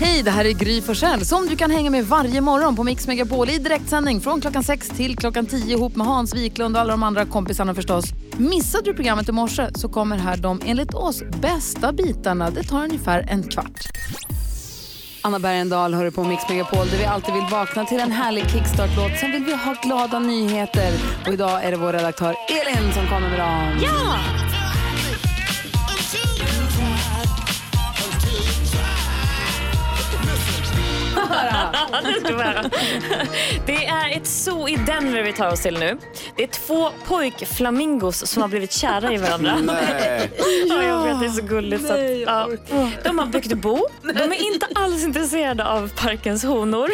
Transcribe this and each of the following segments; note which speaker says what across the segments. Speaker 1: Hej, det här är Gry Forssell som du kan hänga med varje morgon på Mix Megapol i direktsändning från klockan 6 till klockan 10 ihop med Hans Wiklund och alla de andra kompisarna förstås. Missade du programmet i morse så kommer här de enligt oss bästa bitarna. Det tar ungefär en kvart. Anna Bergendahl hör du på Mix Megapol där vi alltid vill vakna till en härlig kickstart-låt. Sen vill vi ha glada nyheter och idag är det vår redaktör Elin som kommer med dem.
Speaker 2: Ja! det, ska vara. det är ett zoo i Denver vi tar oss till nu. Det är två pojkflamingos som har blivit kära i varandra.
Speaker 3: Nej.
Speaker 2: Ja, jag vet, det är så gulligt. så att, ja. De har byggt bo. De är inte alls intresserade av parkens honor.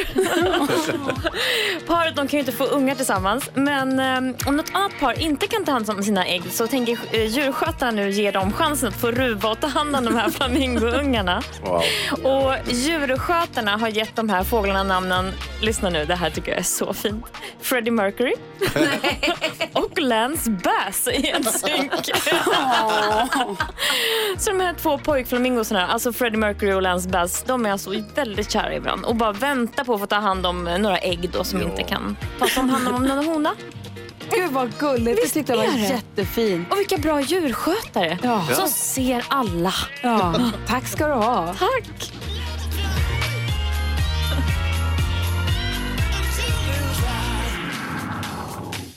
Speaker 2: Paret de kan ju inte få ungar tillsammans. Men eh, om något annat par inte kan ta hand om sina ägg så tänker eh, djurskötaren nu ge dem chansen att få ruva och ta hand om de här flamingoungarna.
Speaker 3: Wow.
Speaker 2: Och djurskötarna har gett de här fåglarna namnen, lyssna nu, det här tycker jag är så fint. Freddie Mercury och Lance Bass i en synk. så de här två pojkflamingosarna, alltså Freddie Mercury och Lance Bass, de är alltså väldigt kära i varandra och bara väntar på att få ta hand om eh, några ägg då som
Speaker 3: Ja.
Speaker 2: inte kan tas om hand om av någon hona.
Speaker 1: Gud vad gulligt, det
Speaker 2: Visst
Speaker 1: tyckte jag var
Speaker 2: är det?
Speaker 1: jättefint.
Speaker 2: Och vilka bra djurskötare
Speaker 1: Ja.
Speaker 2: som ser alla.
Speaker 1: Ja. Tack ska du ha.
Speaker 2: Tack!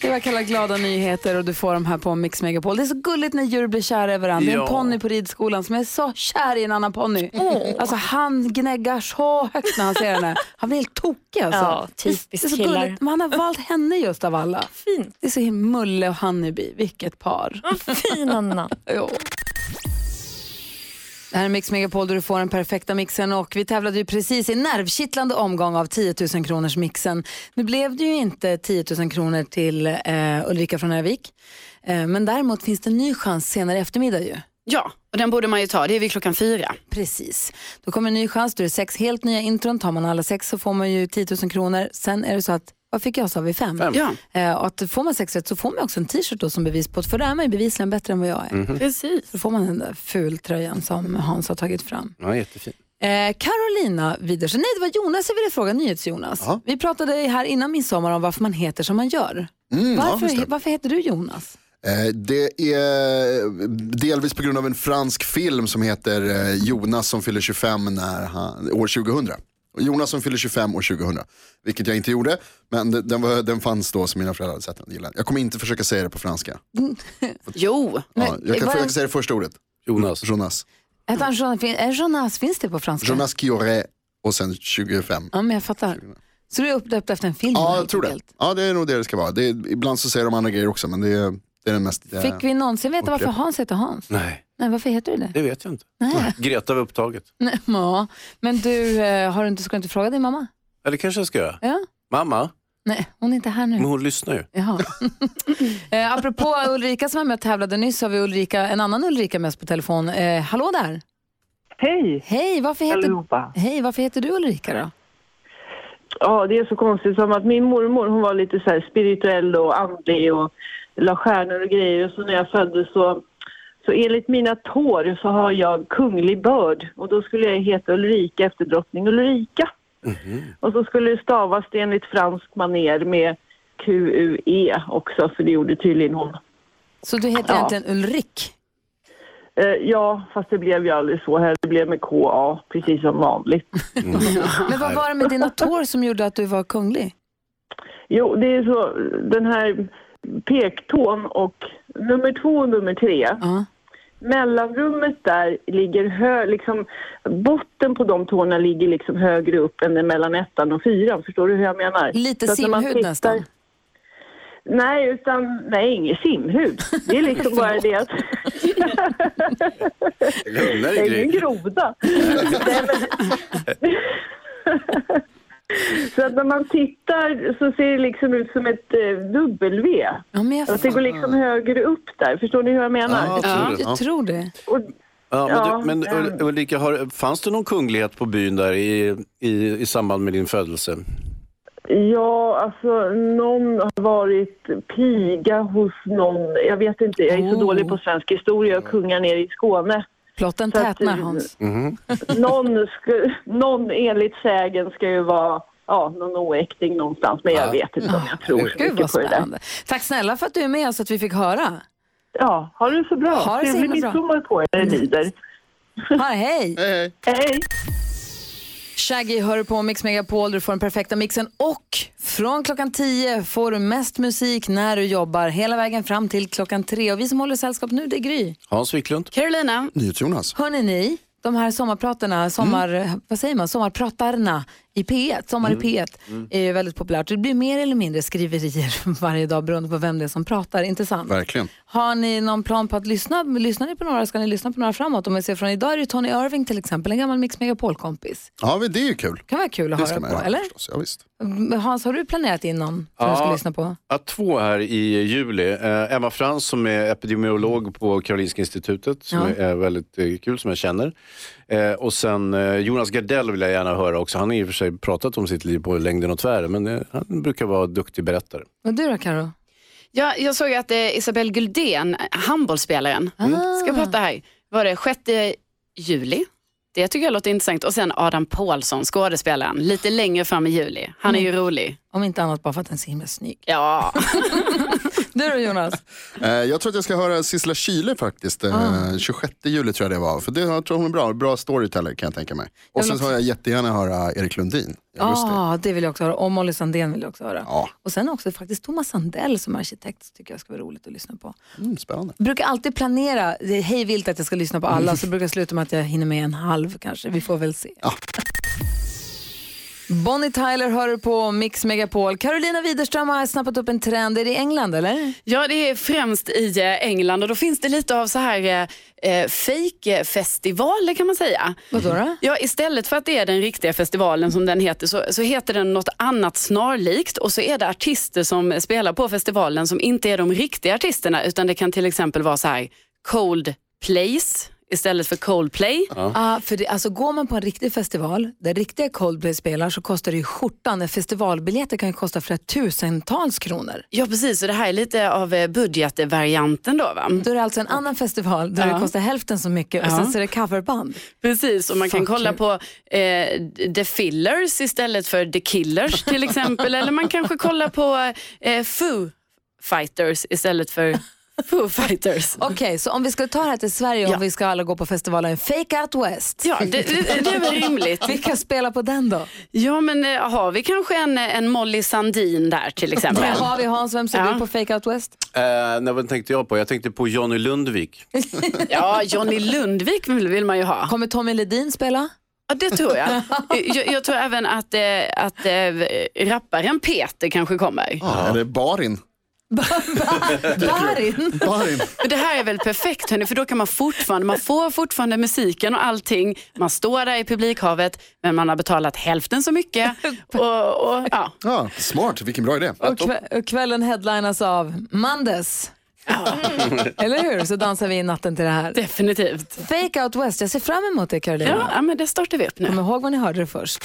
Speaker 1: Det var kalla glada nyheter och du får dem här på Mix Megapol. Det är så gulligt när djur blir kära i varandra. Det är en
Speaker 3: Ja.
Speaker 1: ponny på ridskolan som är så kär i en annan ponny. Alltså han gnäggar så högt när han ser henne. Han blir helt tokig alltså.
Speaker 2: Ja, typiskt
Speaker 1: det är så
Speaker 2: killar.
Speaker 1: gulligt. Men han har valt henne just av alla.
Speaker 2: Fint.
Speaker 1: Det är så himla Mulle och Honeybee, vilket par.
Speaker 2: Fin Anna.
Speaker 1: Jo. Det här är Mix Megapol där du får den perfekta mixen och vi tävlade ju precis i nervkittlande omgång av 10 000 kronors mixen. Nu blev det ju inte 10 000 kronor till eh, Ulrika från Örvik. Eh, men däremot finns det en ny chans senare i eftermiddag ju.
Speaker 4: Ja, och den borde man ju ta. Det är vid klockan fyra.
Speaker 1: Precis. Då kommer en ny chans, då är det sex helt nya intron. Tar man alla sex så får man ju 10 000 kronor. Sen är det så att, vad fick jag sa vi? Fem?
Speaker 3: Fem.
Speaker 4: Ja,
Speaker 1: Eh, och att får man sex rätt så får man också en t-shirt då som bevis på att för det är man ju bevisligen bättre än vad jag är.
Speaker 4: precis.
Speaker 1: Då får man den där fultröjan som Hans har tagit fram.
Speaker 3: Ja, jättefin.
Speaker 1: Eh, Carolina Widersen, nej det var Jonas jag ville fråga, NyhetsJonas.
Speaker 5: Ja.
Speaker 1: Vi pratade här innan midsommar om varför man heter som man gör.
Speaker 5: Mm, ja,
Speaker 1: varför,
Speaker 5: just det.
Speaker 1: varför heter du Jonas?
Speaker 5: Eh, Det är eh, delvis på grund av en fransk film som heter eh, Jonas som fyller 25 när han, år 2000. Och Jonas som fyller 25 år 2000, vilket jag inte gjorde. Men de- den, var, den fanns då som mina föräldrar hade sett den. Jag gillar den. Jag kommer inte försöka säga det på franska.
Speaker 4: Jo,
Speaker 5: Ja, jag kan
Speaker 1: vad-
Speaker 5: försöka säga det första ordet.
Speaker 3: Jonas.
Speaker 5: Jonas.
Speaker 1: Heter han Jonas, fin- är Jonas, finns det på franska?
Speaker 5: Jonas Kiore och sen 25.
Speaker 1: Ja, men jag fattar. Så du är uppdöpt efter en film?
Speaker 5: Ja,
Speaker 1: helt
Speaker 5: jag tror det.
Speaker 1: enkelt.
Speaker 5: Ja, det är nog det det ska vara. Det är, ibland så säger de andra grejer också, men det är, det är den mest... eh,
Speaker 1: Fick vi någonsin veta varför
Speaker 5: Upprepar.
Speaker 1: Hans heter Hans?
Speaker 3: Nej,
Speaker 1: Nej, varför heter du det?
Speaker 3: det vet jag inte.
Speaker 1: Nej.
Speaker 3: Greta var upptaget.
Speaker 1: Nej, ja. Men du, eh, har du inte, ska du inte fråga din mamma?
Speaker 3: Eller kanske jag ska göra.
Speaker 1: Ja?
Speaker 3: Mamma,
Speaker 1: Nej, hon är inte här nu.
Speaker 3: men hon lyssnar ju.
Speaker 1: Jaha. eh, apropå Ulrika som var med och tävlade nyss har vi Ulrika, en annan Ulrika med oss på telefon. Eh, hallå där!
Speaker 6: Hej
Speaker 1: Hej varför, heter,
Speaker 6: allihopa!
Speaker 1: hej, varför heter du Ulrika då?
Speaker 6: Ja, det är så konstigt som att min mormor hon var lite så här spirituell och andlig och la stjärnor och grejer och så när jag föddes så, så enligt mina tår så har jag kunglig börd och då skulle jag heta Ulrika efter drottning Ulrika. Och så skulle det stavas det enligt fransk maner med QUE också för det gjorde tydligen hon.
Speaker 1: Så du heter
Speaker 6: Ja.
Speaker 1: egentligen Ulrik?
Speaker 6: Eh, ja, fast det blev ju aldrig så här. Det blev med KA precis som vanligt.
Speaker 1: Men vad var det med dina tår som gjorde att du var kunglig?
Speaker 6: Jo, det är så den här pektån och nummer två och nummer tre.
Speaker 1: Ja.
Speaker 6: Mellanrummet där ligger hö, liksom botten på de tårna ligger liksom högre upp än den mellan ettan och fyran. Förstår du hur jag menar?
Speaker 1: Lite
Speaker 6: Så att när man
Speaker 1: simhud
Speaker 6: tittar-
Speaker 1: nästan.
Speaker 6: Nej, utan nej, ingen simhud. Det är liksom bara det att
Speaker 3: Lugna
Speaker 6: det
Speaker 3: dig
Speaker 6: är ingen
Speaker 3: Gry.
Speaker 6: groda. Nej, men... Så att när man tittar så ser det liksom ut som ett eh, W.
Speaker 1: Ja, men jag,
Speaker 6: Att det går
Speaker 1: Mm.
Speaker 6: liksom högre upp där. Förstår ni hur jag menar?
Speaker 3: Ja, jag tror det.
Speaker 1: jag tror det.
Speaker 6: Och,
Speaker 3: Ja,
Speaker 6: Ja,
Speaker 3: men du, men
Speaker 6: ehm.
Speaker 3: Ul- Ulrika, har, fanns det någon kunglighet på byn där i, i, i samband med din födelse?
Speaker 6: ja, alltså någon har varit piga hos någon. Jag vet inte, jag är så
Speaker 1: Oh.
Speaker 6: dålig på svensk historia och kungar nere i Skåne.
Speaker 1: Plotten
Speaker 6: Så att,
Speaker 1: tätnar,
Speaker 6: eh,
Speaker 1: Hans.
Speaker 6: någon, ska, någon enligt sägen ska ju vara ja, någon oäkting någonstans, men jag vet inte om jag tror så
Speaker 1: Gud, vad
Speaker 6: mycket på det där.
Speaker 1: spännande. Tack snälla för att du är med oss, så att vi fick höra.
Speaker 6: Ja, ha det så bra.
Speaker 1: Ha det så
Speaker 6: Trevlig
Speaker 1: himla bra.
Speaker 6: midsommar på er, det lider.
Speaker 1: Ha, hej!
Speaker 5: Hej, hej.
Speaker 6: Hej!
Speaker 1: Shaggy hör du på Mix Megapol, du får den perfekta mixen och från klockan 10 får du mest musik när du jobbar hela vägen fram till klockan 3. Och vi som håller sällskap nu, det är Gry.
Speaker 3: Hans Wiklund.
Speaker 4: Carolina,
Speaker 5: NyhetsJonas.
Speaker 1: Hörrni ni, de här sommarpratarna, sommar,
Speaker 5: Mm.
Speaker 1: vad säger man, sommarpratarna i P1, Sommar i P1
Speaker 5: Mm.
Speaker 1: är ju väldigt populärt. Det blir mer eller mindre skriverier varje dag beroende på vem det är som pratar, inte sant?
Speaker 5: Verkligen.
Speaker 1: Har ni någon plan på att lyssna? Lyssnar ni på några? Ska ni lyssna på några framåt? Om vi ser från idag är det Tony Irving till exempel, en gammal Mix Megapol-kompis.
Speaker 5: Ja, men det är ju kul.
Speaker 1: Kan vara kul att
Speaker 5: Det ska
Speaker 1: höra
Speaker 5: man
Speaker 1: på,
Speaker 5: göra
Speaker 1: eller?
Speaker 5: förstås. Ja, visst.
Speaker 1: Mm, Hans, har du planerat in någon som du
Speaker 3: Ja.
Speaker 1: ska lyssna på?
Speaker 3: Ja, två här i juli. Eh, Emma Frans som är epidemiolog på Karolinska institutet, som
Speaker 1: Ja.
Speaker 3: är väldigt eh, kul, som jag känner. Eh, och sen eh, Jonas Gardell vill jag gärna höra också. Han har i och för sig pratat om sitt liv på längden och tvären, men eh, han brukar vara duktig berättare.
Speaker 1: Och du då Karo?
Speaker 4: ja, jag såg att eh, Isabel Guldén, handbollsspelaren,
Speaker 1: Ah.
Speaker 4: ska prata här. Var det 6 juli? Det tycker jag låter intressant. Och sen Adam Pålsson, skådespelaren, lite längre fram i juli. Han är ju rolig.
Speaker 1: Om inte annat bara för att den är så himla snygg.
Speaker 4: Mm. Ja,
Speaker 1: Du då Jonas?
Speaker 5: Eh, jag tror att jag ska höra Sissela Kyle faktiskt. Eh, 26 juli tror jag det var. För det jag tror hon är bra. Bra storyteller kan jag tänka mig. Och sen så vill jag jättegärna höra Erik Lundin. i augusti.
Speaker 1: Ja, Ah, det vill jag också höra. Och Molly Sandén vill jag också höra.
Speaker 5: Ja.
Speaker 1: Och sen också faktiskt Thomas Sandell som arkitekt tycker jag ska vara roligt att lyssna på.
Speaker 5: Mm, spännande.
Speaker 1: Brukar alltid planera det är hej vilt att jag ska lyssna på alla så brukar det sluta med att jag hinner med en halv kanske. Vi får väl se.
Speaker 5: Ja.
Speaker 1: Bonnie Tyler hör du på Mix Megapol. Carolina Widerström har snappat upp en trend. Är det i England eller?
Speaker 4: Ja, det är främst i eh, England och då finns det lite av så här eh, eh, fake-festivaler kan man säga.
Speaker 1: Vadå då?
Speaker 4: Ja, istället för att det är den riktiga festivalen som den heter så, så heter den något annat snarlikt och så är det artister som spelar på festivalen som inte är de riktiga artisterna utan det kan till exempel vara så här Cold Place istället för Coldplay.
Speaker 1: Ja, för det, alltså går man på en riktig festival där riktiga Coldplay spelar så kostar det ju skjortan. Festivalbiljetter kan ju kosta flera tusentals kronor.
Speaker 4: Ja, precis. Så det här är lite av eh, budgetvarianten då. Va?
Speaker 1: Då är det alltså en annan festival där det kostar hälften så mycket och sen så är det coverband.
Speaker 4: Precis, och man kan
Speaker 1: Fuck
Speaker 4: kolla
Speaker 1: you.
Speaker 4: på eh, The Fillers istället för The Killers till exempel. Eller man kanske kollar på eh, Foo Fighters istället för Foo Fighters.
Speaker 1: Okej, så om vi ska ta det här till Sverige och
Speaker 4: Ja.
Speaker 1: vi ska alla gå på festivalen Fake Out West.
Speaker 4: Ja, det, det, det är väl rimligt.
Speaker 1: Vilka spelar på den då?
Speaker 4: Ja, men eh, har vi kanske en, eh, en Molly Sandin där till
Speaker 1: Där
Speaker 4: exempel?
Speaker 1: har vi Hans, vem ser
Speaker 4: Ja.
Speaker 1: du på Fake Out West?
Speaker 3: Eh, nej, vad tänkte jag på? Jag tänkte på Johnny Lundvik.
Speaker 4: Ja, Johnny Lundvik vill, vill man ju ha.
Speaker 1: Kommer Tommy Ledin spela?
Speaker 4: Ja, det tror jag. Jag, jag tror även att, eh, att eh, rapparen Peter kanske kommer.
Speaker 5: Ja. Eller Barin.
Speaker 1: Barin?
Speaker 5: Barin.
Speaker 4: Men det här är väl perfekt hörni, för då kan man fortfarande, man får fortfarande musiken och allting. Man står där i publikhavet, men man har betalat hälften så mycket. Och, och, ja.
Speaker 5: Ja, smart, vilken bra idé.
Speaker 1: Och, kve- och kvällen headlinas av Mandes. Eller hur? Så dansar vi i natten till det här.
Speaker 4: Definitivt.
Speaker 1: Fake Out West, jag ser fram emot det Carolina.
Speaker 4: Ja, ja, men det startar vi upp nu.
Speaker 1: Kom ihåg var ni hörde det först.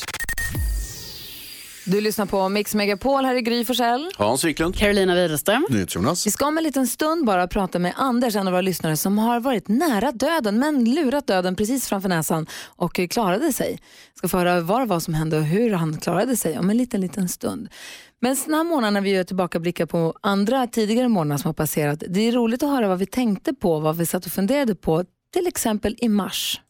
Speaker 1: Du lyssnar på Mix Megapol, här i Gry Forssell.
Speaker 3: Hans Wiklund.
Speaker 4: Carolina Widerström.
Speaker 5: NyhetsJonas.
Speaker 1: Vi ska om en liten stund bara prata med Anders, en av våra lyssnare som har varit nära döden men lurat döden precis framför näsan och eh, klarade sig. Ska få höra vad det var som hände och hur han klarade sig om en liten, liten stund. Men den här morgonen när vi gör tillbakablickar på andra tidigare morgnar som har passerat, det är roligt att höra vad vi tänkte på, vad vi satt och funderade på, till exempel i mars.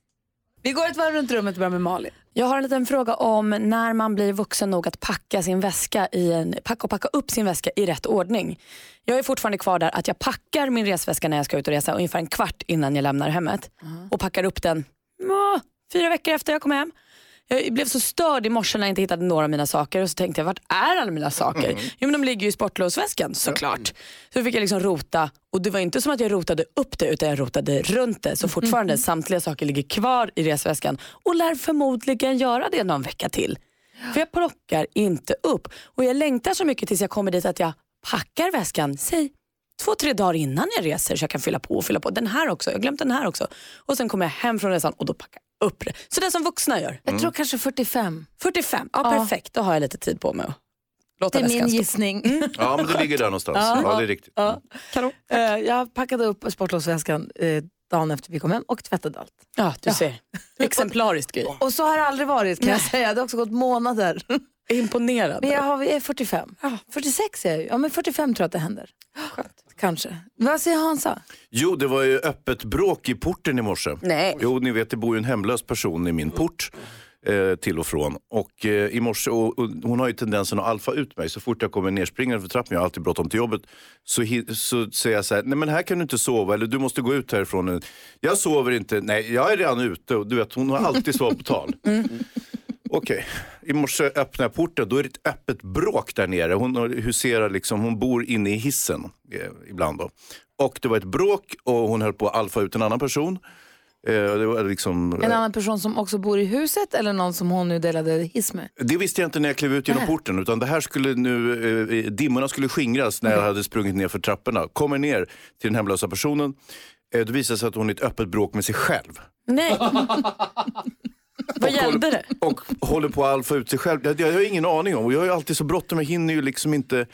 Speaker 1: Vi går ett varv runt rummet och börjar med Malin.
Speaker 7: Jag har en liten fråga om när man blir vuxen nog att packa sin väska i en, packa och packa upp sin väska i rätt ordning. Jag är fortfarande kvar där att jag packar min resväska när jag ska ut och resa ungefär en kvart innan jag lämnar hemmet och packar upp den ja, fyra veckor efter jag kom hem. Jag blev så störd i morse när jag inte hittade några av mina saker och så tänkte jag, vart är alla mina saker? Jo men de ligger ju i sportlovsväskan såklart. Så fick jag liksom rota och det var inte som att jag rotade upp det utan jag rotade runt det. Så fortfarande samtliga saker ligger kvar i resväskan och lär förmodligen göra det någon vecka till. För jag plockar inte upp och jag längtar så mycket tills jag kommer dit att jag packar väskan, säg två, tre dagar innan jag reser så jag kan fylla på och fylla på. Den här också, jag har glömt den här också. Och sen kommer jag hem från resan och då packar jag upp det. Så det som vuxna gör.
Speaker 1: Jag tror kanske 45.
Speaker 7: 45, ja, perfekt. Då har jag lite tid på mig att
Speaker 1: Det
Speaker 7: låta
Speaker 1: är min
Speaker 7: väskan stå.
Speaker 1: gissning.
Speaker 7: Mm.
Speaker 3: Ja, men det ligger där någonstans. Ja, det är riktigt.
Speaker 1: Eh, jag packade upp sportlovsväskan eh,
Speaker 8: dagen efter vi kom hem och tvättade allt.
Speaker 7: Ja, du ser. Exemplariskt grej.
Speaker 8: Och så har det aldrig varit kan jag säga. Det har också gått månader.
Speaker 7: Imponerad.
Speaker 8: Men jag, har, jag är 45. 46 är jag ju. Ja, men 45 tror jag att det händer. Kanske. Vad säger Hansa?
Speaker 9: Jo, det var ju öppet bråk i porten i morse.
Speaker 8: Nej.
Speaker 9: Jo, ni vet, det bor ju en hemlös person i min port. Eh, till och från. Och eh, i morse, och, och hon har ju tendensen att alfa ut mig. Så fort jag kommer nerspringande för trappan, jag har alltid bråttom till jobbet. Så, hi- så säger jag så här, nej men här kan du inte sova. Eller du måste gå ut härifrån. nu." Jag sover inte. Nej, jag är redan ute. Och du vet, hon har alltid så på tal. Okej, i morse öppnar jag porten. Då är det ett öppet bråk där nere. Hon har- huserar liksom, hon bor inne i hissen eh, ibland då. Och det var ett bråk och hon höll på att alfa ut en annan person. Eh, det, var liksom,
Speaker 1: En annan person som också bor i huset eller någon som hon nu delade hiss med?
Speaker 9: det visste jag inte när jag klev ut genom porten. Utan det här skulle nu, eh, dimmorna skulle skingras när jag hade sprungit ner för trapporna. Kommer ner till den hemlösa personen. Eh, det visar sig att hon är i ett öppet bråk med sig själv.
Speaker 7: Nej. Vad gällde det?
Speaker 9: och håller på att alfa ut sig själv. Jag, jag har ingen aning om. Och jag har ju alltid så bråttom. Jag hinner ju liksom inte.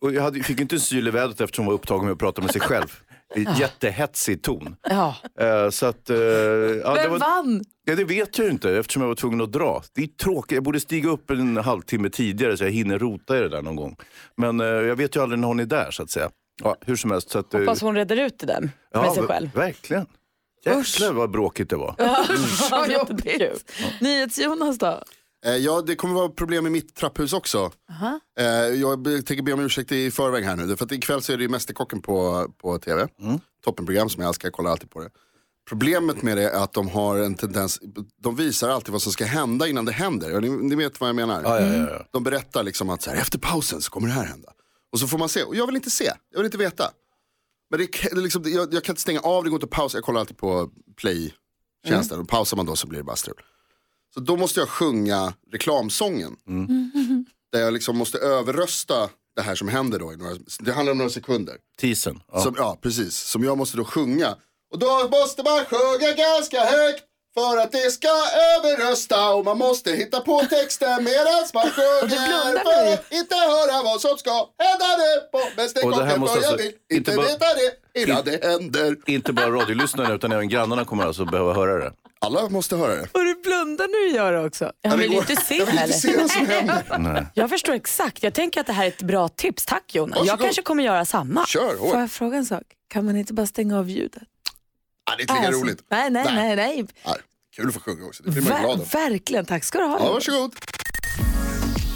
Speaker 9: Och jag hade, fick ju inte en syl i vädret eftersom hon var upptagen med att prata med sig själv. I jättehetsig ton.
Speaker 7: Ja.
Speaker 9: Eh, så att, eh, ja, det,
Speaker 1: Vem
Speaker 9: var,
Speaker 1: vann?
Speaker 9: ja, det vet jag ju inte eftersom jag var tvungen att dra. Det är tråkigt. Jag borde stiga upp en halvtimme tidigare så jag hinner rota i det där någon gång. Men eh, jag vet ju aldrig när hon är där så att säga. Ja, hur som helst. Så att, eh,
Speaker 7: Hoppas hon reder ut det där med sig
Speaker 9: ja,
Speaker 7: själv.
Speaker 9: Verkligen. Jäklar vad bråkigt det var.
Speaker 7: Vad jobbigt.
Speaker 1: NyhetsJonas då?
Speaker 5: Eh, ja, det kommer vara problem i mitt trapphus också. Eh, jag be- tänker be om ursäkt i förväg här nu. För att ikväll så är det ju Mästerkocken på, på tv. Toppenprogram som jag älskar, jag kollar alltid på det. Problemet med det är att de har en tendens, de visar alltid vad som ska hända innan det händer. Ja, Ni, ni vet vad jag menar.
Speaker 9: Ja, ja, ja, ja.
Speaker 5: De berättar liksom att så här, efter pausen så kommer det här hända. Och så får man se, och jag vill inte se, jag vill inte veta. Men det, är- det är liksom, jag, jag kan inte stänga av, det går inte att pausa, jag kollar alltid på play-tjänsten. Och pausar man då så blir det bara strul. Så då måste jag sjunga reklamsången. Där jag liksom måste överrösta det här som händer då. I några, det handlar om några sekunder.
Speaker 9: Tisen. Ja.
Speaker 5: Som, ja, precis. Som jag måste då sjunga. Och då måste man sjunga ganska högt. För att det ska överrösta och man måste hitta på texten medans man sjunger för att inte höra vad som ska hända nu på
Speaker 9: Och det här
Speaker 5: Mästerkocken
Speaker 9: måste
Speaker 5: och jag
Speaker 9: alltså
Speaker 5: vill
Speaker 9: inte
Speaker 5: inte
Speaker 9: bara-
Speaker 5: veta det innan det händer.
Speaker 9: Inte bara radiolyssnarna utan även grannarna kommer alltså behöva höra det.
Speaker 5: Alla måste höra det.
Speaker 8: Och du blundar när du gör det också.
Speaker 7: Han
Speaker 5: det
Speaker 7: vill ju
Speaker 5: går-
Speaker 7: inte se
Speaker 5: Jag vill inte
Speaker 7: heller.
Speaker 5: se vad som händer.
Speaker 7: Jag förstår exakt. Jag tänker att det här är ett bra tips. Tack Jonas. Jag
Speaker 5: Varsågod.
Speaker 7: kanske kommer göra samma.
Speaker 5: Kör hårt.
Speaker 8: Får jag fråga en sak? Kan man inte bara stänga av ljudet?
Speaker 5: Ja, det är inte lika
Speaker 7: Äh,
Speaker 8: Alltså,
Speaker 5: roligt.
Speaker 8: Nej, nej, nej. nej.
Speaker 5: Nej, kul att få sjunga också, det blir man
Speaker 8: Ver-
Speaker 5: glad av.
Speaker 8: verkligen, tack ska du ha.
Speaker 5: Ja, varsågod.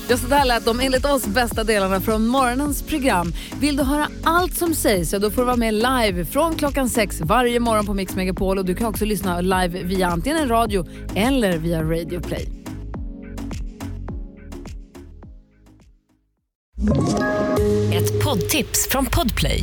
Speaker 1: Ja, så där lät de enligt oss bästa delarna från morgonens program. Vill du höra allt som sägs så då får du vara med live från klockan sex varje morgon på Mix Megapol. Och du kan också lyssna live via antingen radio eller via Radio Play.
Speaker 10: Ett poddtips från Podplay.